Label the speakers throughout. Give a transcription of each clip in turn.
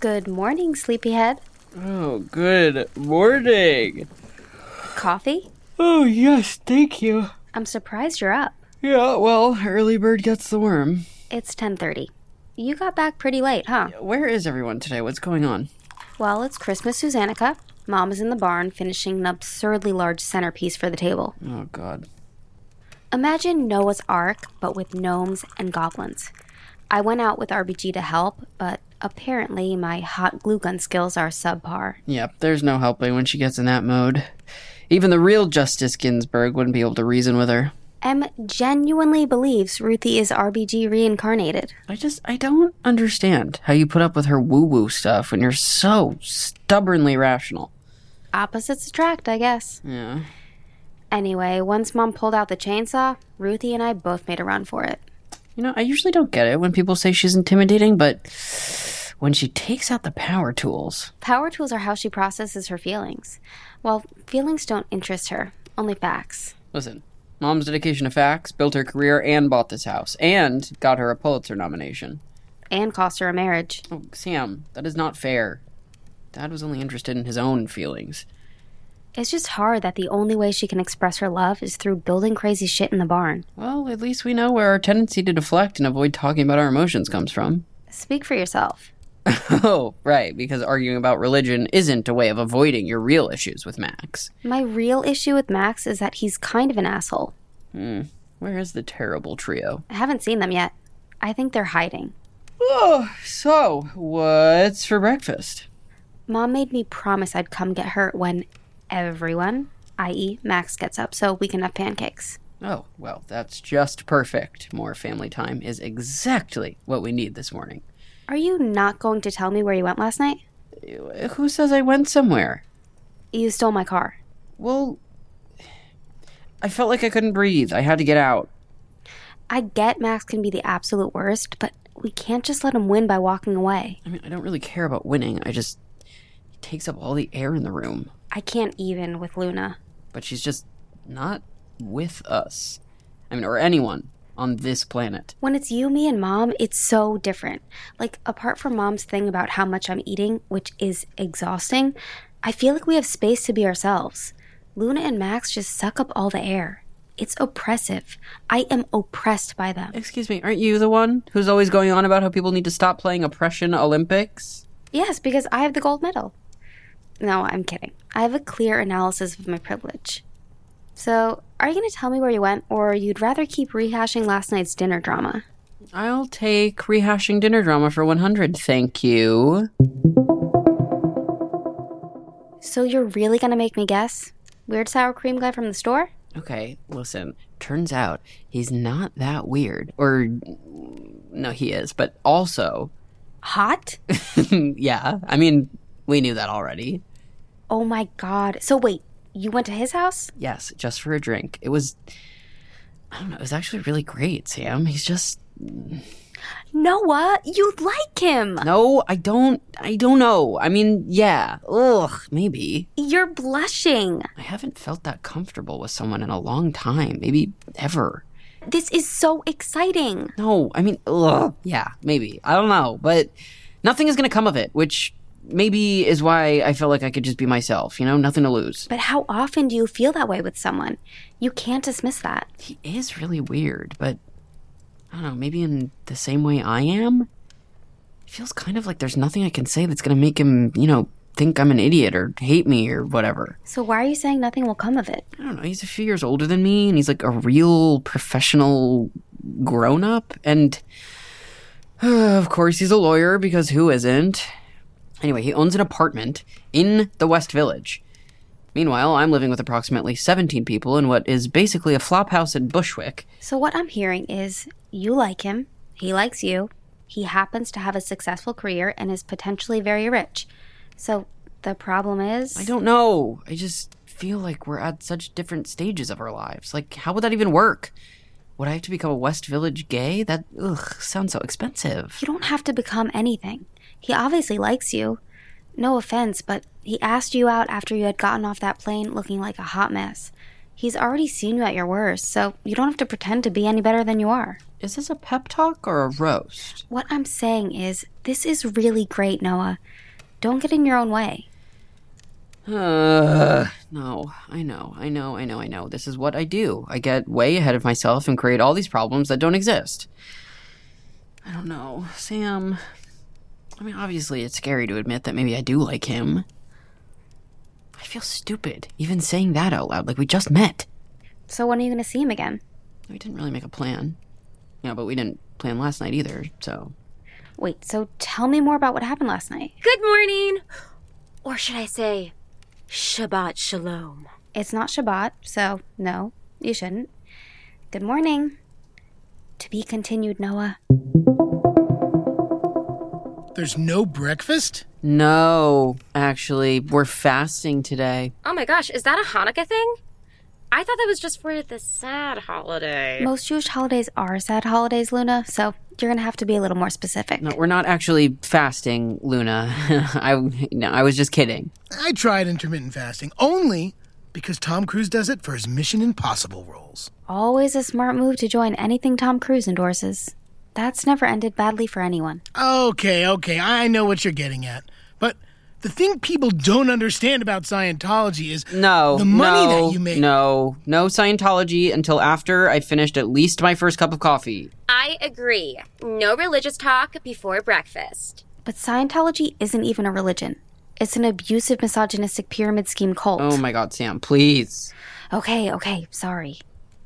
Speaker 1: Good morning, sleepyhead.
Speaker 2: Oh, good morning.
Speaker 1: Coffee?
Speaker 2: Oh, yes, thank you.
Speaker 1: I'm surprised you're up.
Speaker 2: Yeah, well, early bird gets the worm.
Speaker 1: It's 10:30. You got back pretty late, huh?
Speaker 2: Where is everyone today? What's going on?
Speaker 1: Well, it's Christmas, Susannica. Mom is in the barn finishing an absurdly large centerpiece for the table.
Speaker 2: Oh, God.
Speaker 1: Imagine Noah's Ark, but with gnomes and goblins. I went out with RBG to help, but apparently my hot glue gun skills are subpar.
Speaker 2: Yep, there's no helping when she gets in that mode. Even the real Justice Ginsburg wouldn't be able to reason with her.
Speaker 1: Em genuinely believes Ruthie is RBG reincarnated.
Speaker 2: I just, I don't understand how you put up with her woo woo stuff when you're so stubbornly rational.
Speaker 1: Opposites attract, I guess.
Speaker 2: Yeah.
Speaker 1: Anyway, once Mom pulled out the chainsaw, Ruthie and I both made a run for it.
Speaker 2: You know, I usually don't get it when people say she's intimidating, but when she takes out the power tools,
Speaker 1: Power tools are how she processes her feelings. Well, feelings don't interest her, only facts.
Speaker 2: Listen, mom's dedication to facts built her career and bought this house and got her a Pulitzer nomination.
Speaker 1: And cost her a marriage.
Speaker 2: Oh, Sam, that is not fair. Dad was only interested in his own feelings.
Speaker 1: It's just hard that the only way she can express her love is through building crazy shit in the barn.
Speaker 2: Well, at least we know where our tendency to deflect and avoid talking about our emotions comes from.
Speaker 1: Speak for yourself.
Speaker 2: oh, right, because arguing about religion isn't a way of avoiding your real issues with Max.
Speaker 1: My real issue with Max is that he's kind of an asshole.
Speaker 2: Where is the terrible trio?
Speaker 1: I haven't seen them yet. I think they're hiding.
Speaker 2: Oh, so, what's for breakfast?
Speaker 1: Mom made me promise I'd come get her when everyone, i.e., Max, gets up so we can have pancakes.
Speaker 2: Oh, well, that's just perfect. More family time is exactly what we need this morning.
Speaker 1: Are you not going to tell me where you went last night?
Speaker 2: Who says I went somewhere?
Speaker 1: You stole my car.
Speaker 2: Well, I felt like I couldn't breathe. I had to get out.
Speaker 1: I get Max can be the absolute worst, but we can't just let him win by walking away.
Speaker 2: I mean, I don't really care about winning. I just. It takes up all the air in the room.
Speaker 1: I can't even with Luna.
Speaker 2: But she's just not with us. I mean, or anyone on this planet.
Speaker 1: When it's you, me, and mom, it's so different. Like, apart from mom's thing about how much I'm eating, which is exhausting, I feel like we have space to be ourselves. Luna and Max just suck up all the air. It's oppressive. I am oppressed by them.
Speaker 2: Excuse me, aren't you the one who's always going on about how people need to stop playing Oppression Olympics?
Speaker 1: Yes, because I have the gold medal. No, I'm kidding. I have a clear analysis of my privilege. So, are you going to tell me where you went, or you'd rather keep rehashing last night's dinner drama?
Speaker 2: I'll take rehashing dinner drama for 100, thank you.
Speaker 1: So, you're really going to make me guess? Weird sour cream guy from the store?
Speaker 2: Okay, listen. Turns out he's not that weird. Or, no, he is, but also,
Speaker 1: Hot?
Speaker 2: yeah, I mean, we knew that already.
Speaker 1: Oh my god. So, wait, you went to his house?
Speaker 2: Yes, just for a drink. It was, I don't know, it was actually really great, Sam. He's just,
Speaker 1: Noah, you like him!
Speaker 2: no, I don't, I don't know. I mean, yeah, ugh, maybe.
Speaker 1: You're blushing!
Speaker 2: I haven't felt that comfortable with someone in a long time, maybe ever.
Speaker 1: This is so exciting!
Speaker 2: No, I mean, ugh, yeah, maybe. I don't know, but nothing is going to come of it, which maybe is why I feel like I could just be myself, you know, nothing to lose.
Speaker 1: But how often do you feel that way with someone? You can't dismiss that.
Speaker 2: He is really weird, but I don't know, maybe in the same way I am? It feels kind of like there's nothing I can say that's going to make him, you know, think I'm an idiot or hate me or whatever.
Speaker 1: So, why are you saying nothing will come of it?
Speaker 2: I don't know, he's a few years older than me and he's like a real professional grown up. And of course, he's a lawyer because who isn't? Anyway, he owns an apartment in the West Village. Meanwhile, I'm living with approximately 17 people in what is basically a flop house in Bushwick.
Speaker 1: So, what I'm hearing is you like him, he likes you, he happens to have a successful career and is potentially very rich. So, the problem is.
Speaker 2: I don't know. I just feel like we're at such different stages of our lives. Like, how would that even work? Would I have to become a West Village gay? That ugh, sounds so expensive.
Speaker 1: You don't have to become anything. He obviously likes you. No offense, but he asked you out after you had gotten off that plane looking like a hot mess. He's already seen you at your worst, so you don't have to pretend to be any better than you are.
Speaker 2: Is this a pep talk or a roast?
Speaker 1: What I'm saying is, this is really great, Noah. Don't get in your own way.
Speaker 2: Uh, no, I know, I know, I know, I know. This is what I do. I get way ahead of myself and create all these problems that don't exist. I don't know. Sam. I mean, obviously, it's scary to admit that maybe I do like him. I feel stupid even saying that out loud. Like, we just met.
Speaker 1: So when are you going to see him again?
Speaker 2: We didn't really make a plan. You know, but we didn't plan last night either, so.
Speaker 1: Wait, so tell me more about what happened last night.
Speaker 3: Good morning! Or should I say, Shabbat Shalom.
Speaker 1: It's not Shabbat, so no, you shouldn't. Good morning. To be continued, Noah.
Speaker 4: There's no breakfast?
Speaker 2: No, actually, we're fasting today.
Speaker 3: Oh my gosh, is that a Hanukkah thing? I thought that was just for the sad holiday.
Speaker 1: Most Jewish holidays are sad holidays, Luna, so you're going to have to be a little more specific.
Speaker 2: No, we're not actually fasting, Luna. I no, I was just kidding.
Speaker 4: I tried intermittent fasting only because Tom Cruise does it for his Mission Impossible roles.
Speaker 1: Always a smart move to join anything Tom Cruise endorses. That's never ended badly for anyone.
Speaker 4: Okay, okay, I know what you're getting at. But the thing people don't understand about Scientology is
Speaker 2: No,
Speaker 4: the money
Speaker 2: no,
Speaker 4: that you make.
Speaker 2: No, no Scientology until after I finished at least my first cup of coffee.
Speaker 3: I agree. No religious talk before breakfast.
Speaker 1: But Scientology isn't even a religion. It's an abusive, misogynistic pyramid scheme cult.
Speaker 2: Oh my God, Sam, please.
Speaker 1: Okay, okay, sorry.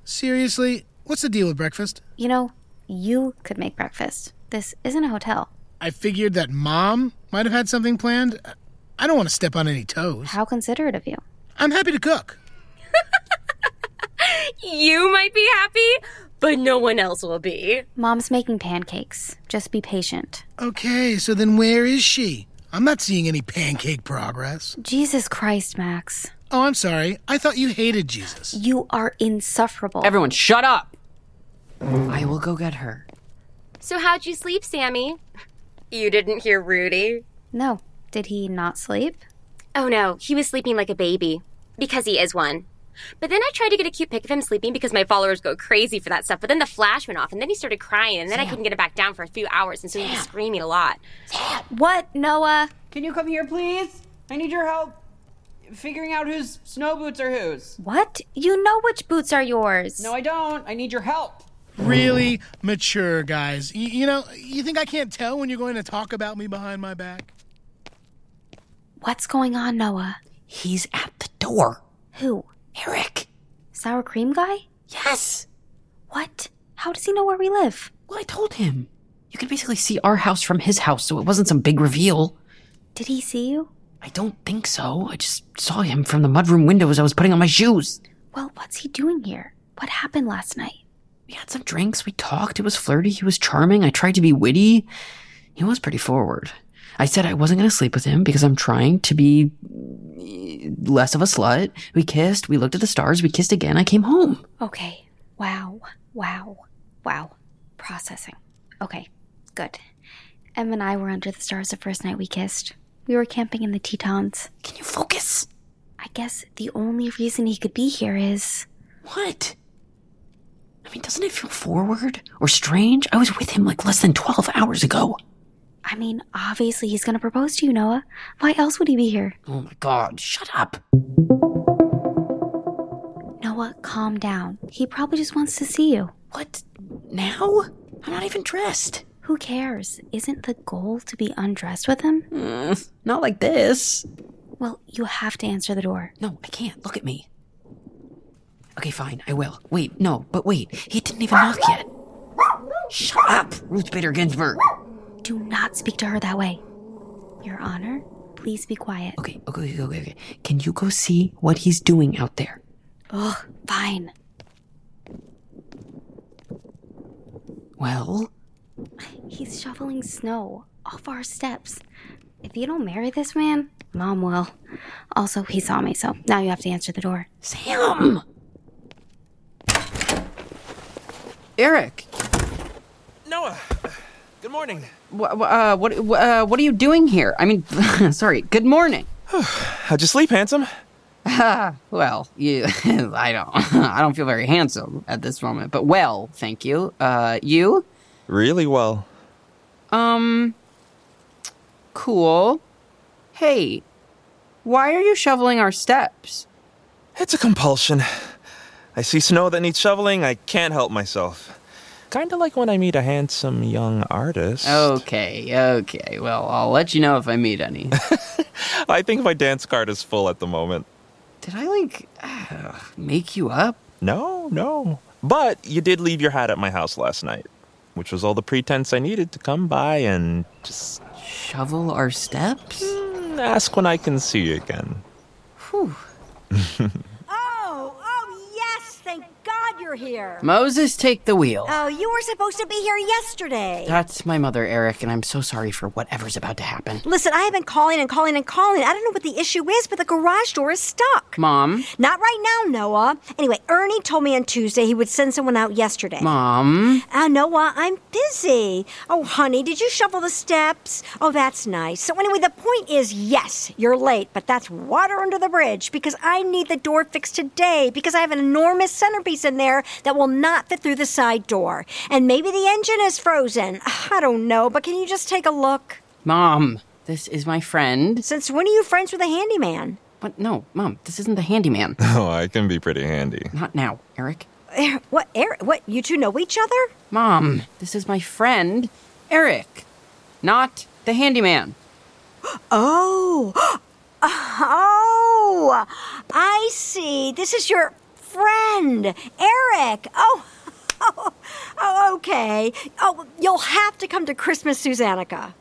Speaker 4: Seriously, what's the deal with breakfast?
Speaker 1: You know, you could make breakfast. This isn't a hotel.
Speaker 4: I figured that mom might have had something planned. I don't want to step on any toes.
Speaker 1: How considerate of you.
Speaker 4: I'm happy to cook.
Speaker 3: You might be happy, but no one else will be.
Speaker 1: Mom's making pancakes. Just be patient.
Speaker 4: Okay, so then where is she? I'm not seeing any pancake progress.
Speaker 1: Jesus Christ, Max.
Speaker 4: Oh, I'm sorry. I thought you hated Jesus.
Speaker 1: You are insufferable.
Speaker 2: Everyone, shut up. I will go get her.
Speaker 3: So, how'd you sleep, Sammy? You didn't hear Rudy?
Speaker 1: no. Did he not sleep?
Speaker 3: Oh no, he was sleeping like a baby. Because he is one. But then I tried to get a cute pic of him sleeping because my followers go crazy for that stuff. But then the flash went off, and then he started crying, and then I couldn't get it back down for a few hours, and so he was screaming a lot.
Speaker 1: What, Noah?
Speaker 2: Can you come here, please? I need your help figuring out whose snow boots are whose.
Speaker 1: What? You know which boots are yours.
Speaker 2: I don't. I need your help.
Speaker 4: Really mature guys. Y- you know, you think I can't tell when you're going to talk about me behind my back?
Speaker 1: What's going on, Noah?
Speaker 2: He's at the door.
Speaker 1: Who?
Speaker 2: Eric.
Speaker 1: Sour cream guy?
Speaker 2: Yes.
Speaker 1: What? How does he know where we live?
Speaker 2: Well, I told him. You could basically see our house from his house, so it wasn't some big reveal.
Speaker 1: Did he see you?
Speaker 2: I don't think so. I just saw him from the mudroom window as I was putting on my shoes.
Speaker 1: Well, what's he doing here? What happened last night?
Speaker 2: We had some drinks, we talked, it was flirty, he was charming, I tried to be witty. He was pretty forward. I said I wasn't gonna sleep with him because I'm trying to be eh, less of a slut. We kissed, we looked at the stars, we kissed again, I came home.
Speaker 1: Okay. Wow. Wow. Wow. Processing. Okay. Good. Em and I were under the stars the first night we kissed. We were camping in the Tetons.
Speaker 2: Can you focus?
Speaker 1: I guess the only reason he could be here is.
Speaker 2: What? I mean, doesn't it feel forward or strange? I was with him like less than 12 hours ago.
Speaker 1: I mean, obviously he's gonna propose to you, Noah. Why else would he be here?
Speaker 2: Oh my god, shut up.
Speaker 1: Noah, calm down. He probably just wants to see you.
Speaker 2: What? Now? I'm not even dressed.
Speaker 1: Who cares? Isn't the goal to be undressed with him?
Speaker 2: Not like this.
Speaker 1: Well, you have to answer the door.
Speaker 2: No, I can't. Look at me. Okay, fine. I will. Wait, no, but wait. He didn't even knock yet. Shut up, Ruth Bader Ginsburg.
Speaker 1: Do not speak to her that way. Your Honor, please be quiet.
Speaker 2: Okay, okay, okay, okay, okay. Can you go see what he's doing out there?
Speaker 1: Ugh, fine.
Speaker 2: Well,
Speaker 1: He's shoveling snow off our steps. If you don't marry this man, Mom will. Also, he saw me, so now you have to answer the door.
Speaker 2: Sam! Eric,
Speaker 5: Noah, good morning.
Speaker 2: wh- wh- uh, what, wh- uh, what are you doing here? I mean, sorry, good morning.
Speaker 5: How'd you sleep, handsome?
Speaker 2: Well, you, I don't, I don't feel very handsome at this moment, but well, thank you. Uh, you,
Speaker 5: Really well.
Speaker 2: cool. Hey, why are you shoveling our steps?
Speaker 5: It's a compulsion. I see snow that needs shoveling, I can't help myself. Kinda like when I meet a handsome young artist.
Speaker 2: Oh. Okay, okay. Well, I'll let you know if I meet any.
Speaker 5: I think my dance card is full at the moment.
Speaker 2: Did I like uh, make you up?
Speaker 5: No, no. But you did leave your hat at my house last night, which was all the pretense I needed to come by and just
Speaker 2: Shovel our steps?
Speaker 5: ask when I can see you again.
Speaker 2: Whew.
Speaker 6: Oh, oh, yes. Thank God you're here.
Speaker 2: Moses, take the wheel.
Speaker 6: Oh, you were supposed to be here yesterday.
Speaker 2: That's my mother, Eric, and I'm so sorry for whatever's about to happen.
Speaker 6: Listen, I have been calling and calling and calling. I don't know what the issue is, but the garage door is stuck.
Speaker 2: Mom,
Speaker 6: Not right now, Noah. Anyway, Ernie told me on Tuesday he would send someone out yesterday.
Speaker 2: mom.
Speaker 6: Ah, Noah, I'm busy. Oh, honey, did you shovel the steps? Oh, that's nice. So, anyway, the point is yes, you're late, but that's water under the bridge because I need the door fixed today because I have an enormous centerpiece in there that will not fit through the side door. And maybe the engine is frozen. I don't know, but can you just take a look?
Speaker 2: Mom, this is my friend.
Speaker 6: Since when are you friends with a handyman?
Speaker 2: What? No, Mom, this isn't the handyman.
Speaker 5: Oh, I can be pretty handy.
Speaker 2: Not now, Eric.
Speaker 6: Er- What, Eric? What, you two know each other?
Speaker 2: Mom, this is my friend, Eric. Not the handyman.
Speaker 6: Oh, oh, I see. This is your friend, Eric. Oh, oh, oh, okay. Oh, you'll have to come to Christmas, Susannica.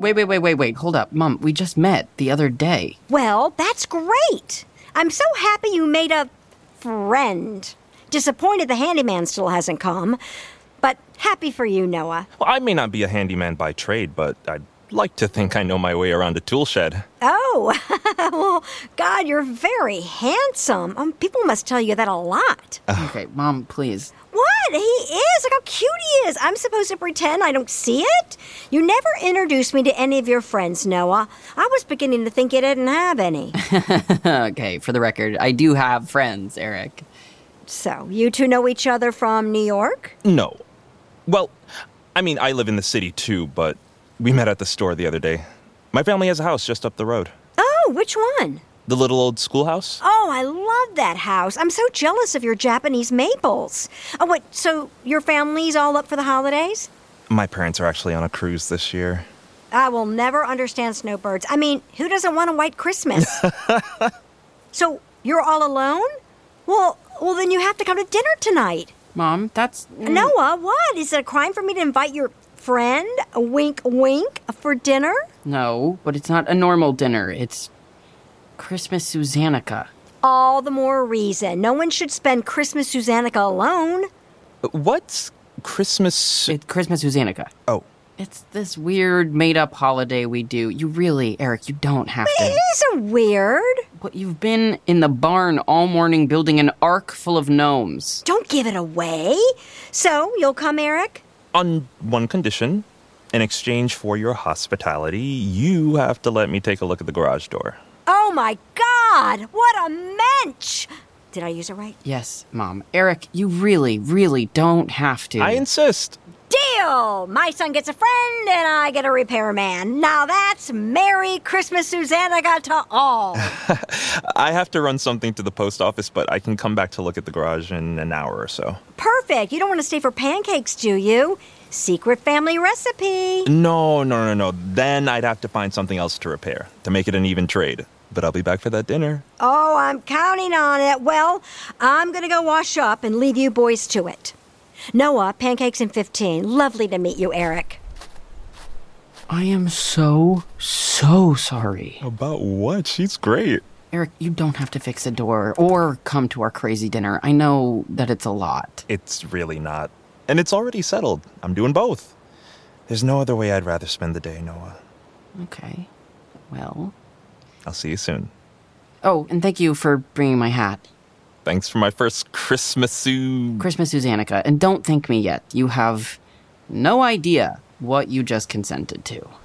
Speaker 2: Wait, wait, wait, wait, wait. Hold up. Mom, we just met the other day.
Speaker 6: Well, that's great. I'm so happy you made a friend. Disappointed the handyman still hasn't come, but happy for you, Noah.
Speaker 5: Well, I may not be a handyman by trade, but I'd like to think I know my way around a tool shed.
Speaker 6: Oh, well, God, you're very handsome. Um, people must tell you that a lot.
Speaker 2: Okay, Mom, please.
Speaker 6: What? He is. Look how cute he is. I'm supposed to pretend I don't see it? You never introduced me to any of your friends, Noah. I was beginning to think you didn't have any.
Speaker 2: Okay, for the record, I do have friends, Eric.
Speaker 6: so, you two know each other from New York?
Speaker 5: No. Well, I mean, I live in the city too, but we met at the store the other day. My family has a house just up the road.
Speaker 6: Oh, which one?
Speaker 5: The little old schoolhouse?
Speaker 6: Oh, I love that house. I'm so jealous of your Japanese maples. Oh, what? So, your family's all up for the holidays?
Speaker 5: My parents are actually on a cruise this year.
Speaker 6: I will never understand snowbirds. I mean, who doesn't want a white Christmas? so, you're all alone? Well, well, then you have to come to dinner tonight.
Speaker 2: Mom, that's.
Speaker 6: Noah, what? Is it a crime for me to invite your friend, wink wink, for dinner?
Speaker 2: No, but it's not a normal dinner. It's Christmas Susanica.
Speaker 6: All the more reason. No one should spend Christmas Susanica alone.
Speaker 5: What's Christmas?
Speaker 2: It's Christmas Susanica.
Speaker 5: oh,
Speaker 2: It's this weird made up holiday we do. You really, Eric, you don't have
Speaker 6: It
Speaker 2: to.
Speaker 6: is a weird.
Speaker 2: But you've been in the barn all morning building an ark full of gnomes.
Speaker 6: Don't give it away. So, you'll come, Eric?
Speaker 5: on one condition. In exchange for your hospitality, you have to let me take a look at the garage door.
Speaker 6: Oh my God, what a mensch! Did I use it right?
Speaker 2: Yes, Mom. Eric, you really, really don't have to.
Speaker 5: I insist.
Speaker 6: Deal! My son gets a friend and I get a repairman. Now that's Merry Christmas Susannica to all.
Speaker 5: I have to run something to the post office, but I can come back to look at the garage in an hour or so.
Speaker 6: Perfect. You don't want to stay for pancakes, do you? Secret family recipe.
Speaker 5: No, no, no, no. Then I'd have to find something else to repair to make it an even trade. But I'll be back for that dinner.
Speaker 6: Oh, I'm counting on it. Well, I'm going to go wash up and leave you boys to it. Noah, pancakes in 15. Lovely to meet you, Eric.
Speaker 2: I am so, so sorry.
Speaker 5: About what? She's great.
Speaker 2: Eric, you don't have to fix a door or come to our crazy dinner. I know that it's a lot.
Speaker 5: It's really not. And it's already settled. I'm doing both. There's no other way I'd rather spend the day, Noah.
Speaker 2: Okay. Well.
Speaker 5: I'll see you soon.
Speaker 2: Oh, and thank you for bringing my hat.
Speaker 5: Thanks for my first Christmas
Speaker 2: Christmas Susanica, and don't thank me yet. You have no idea what you just consented to.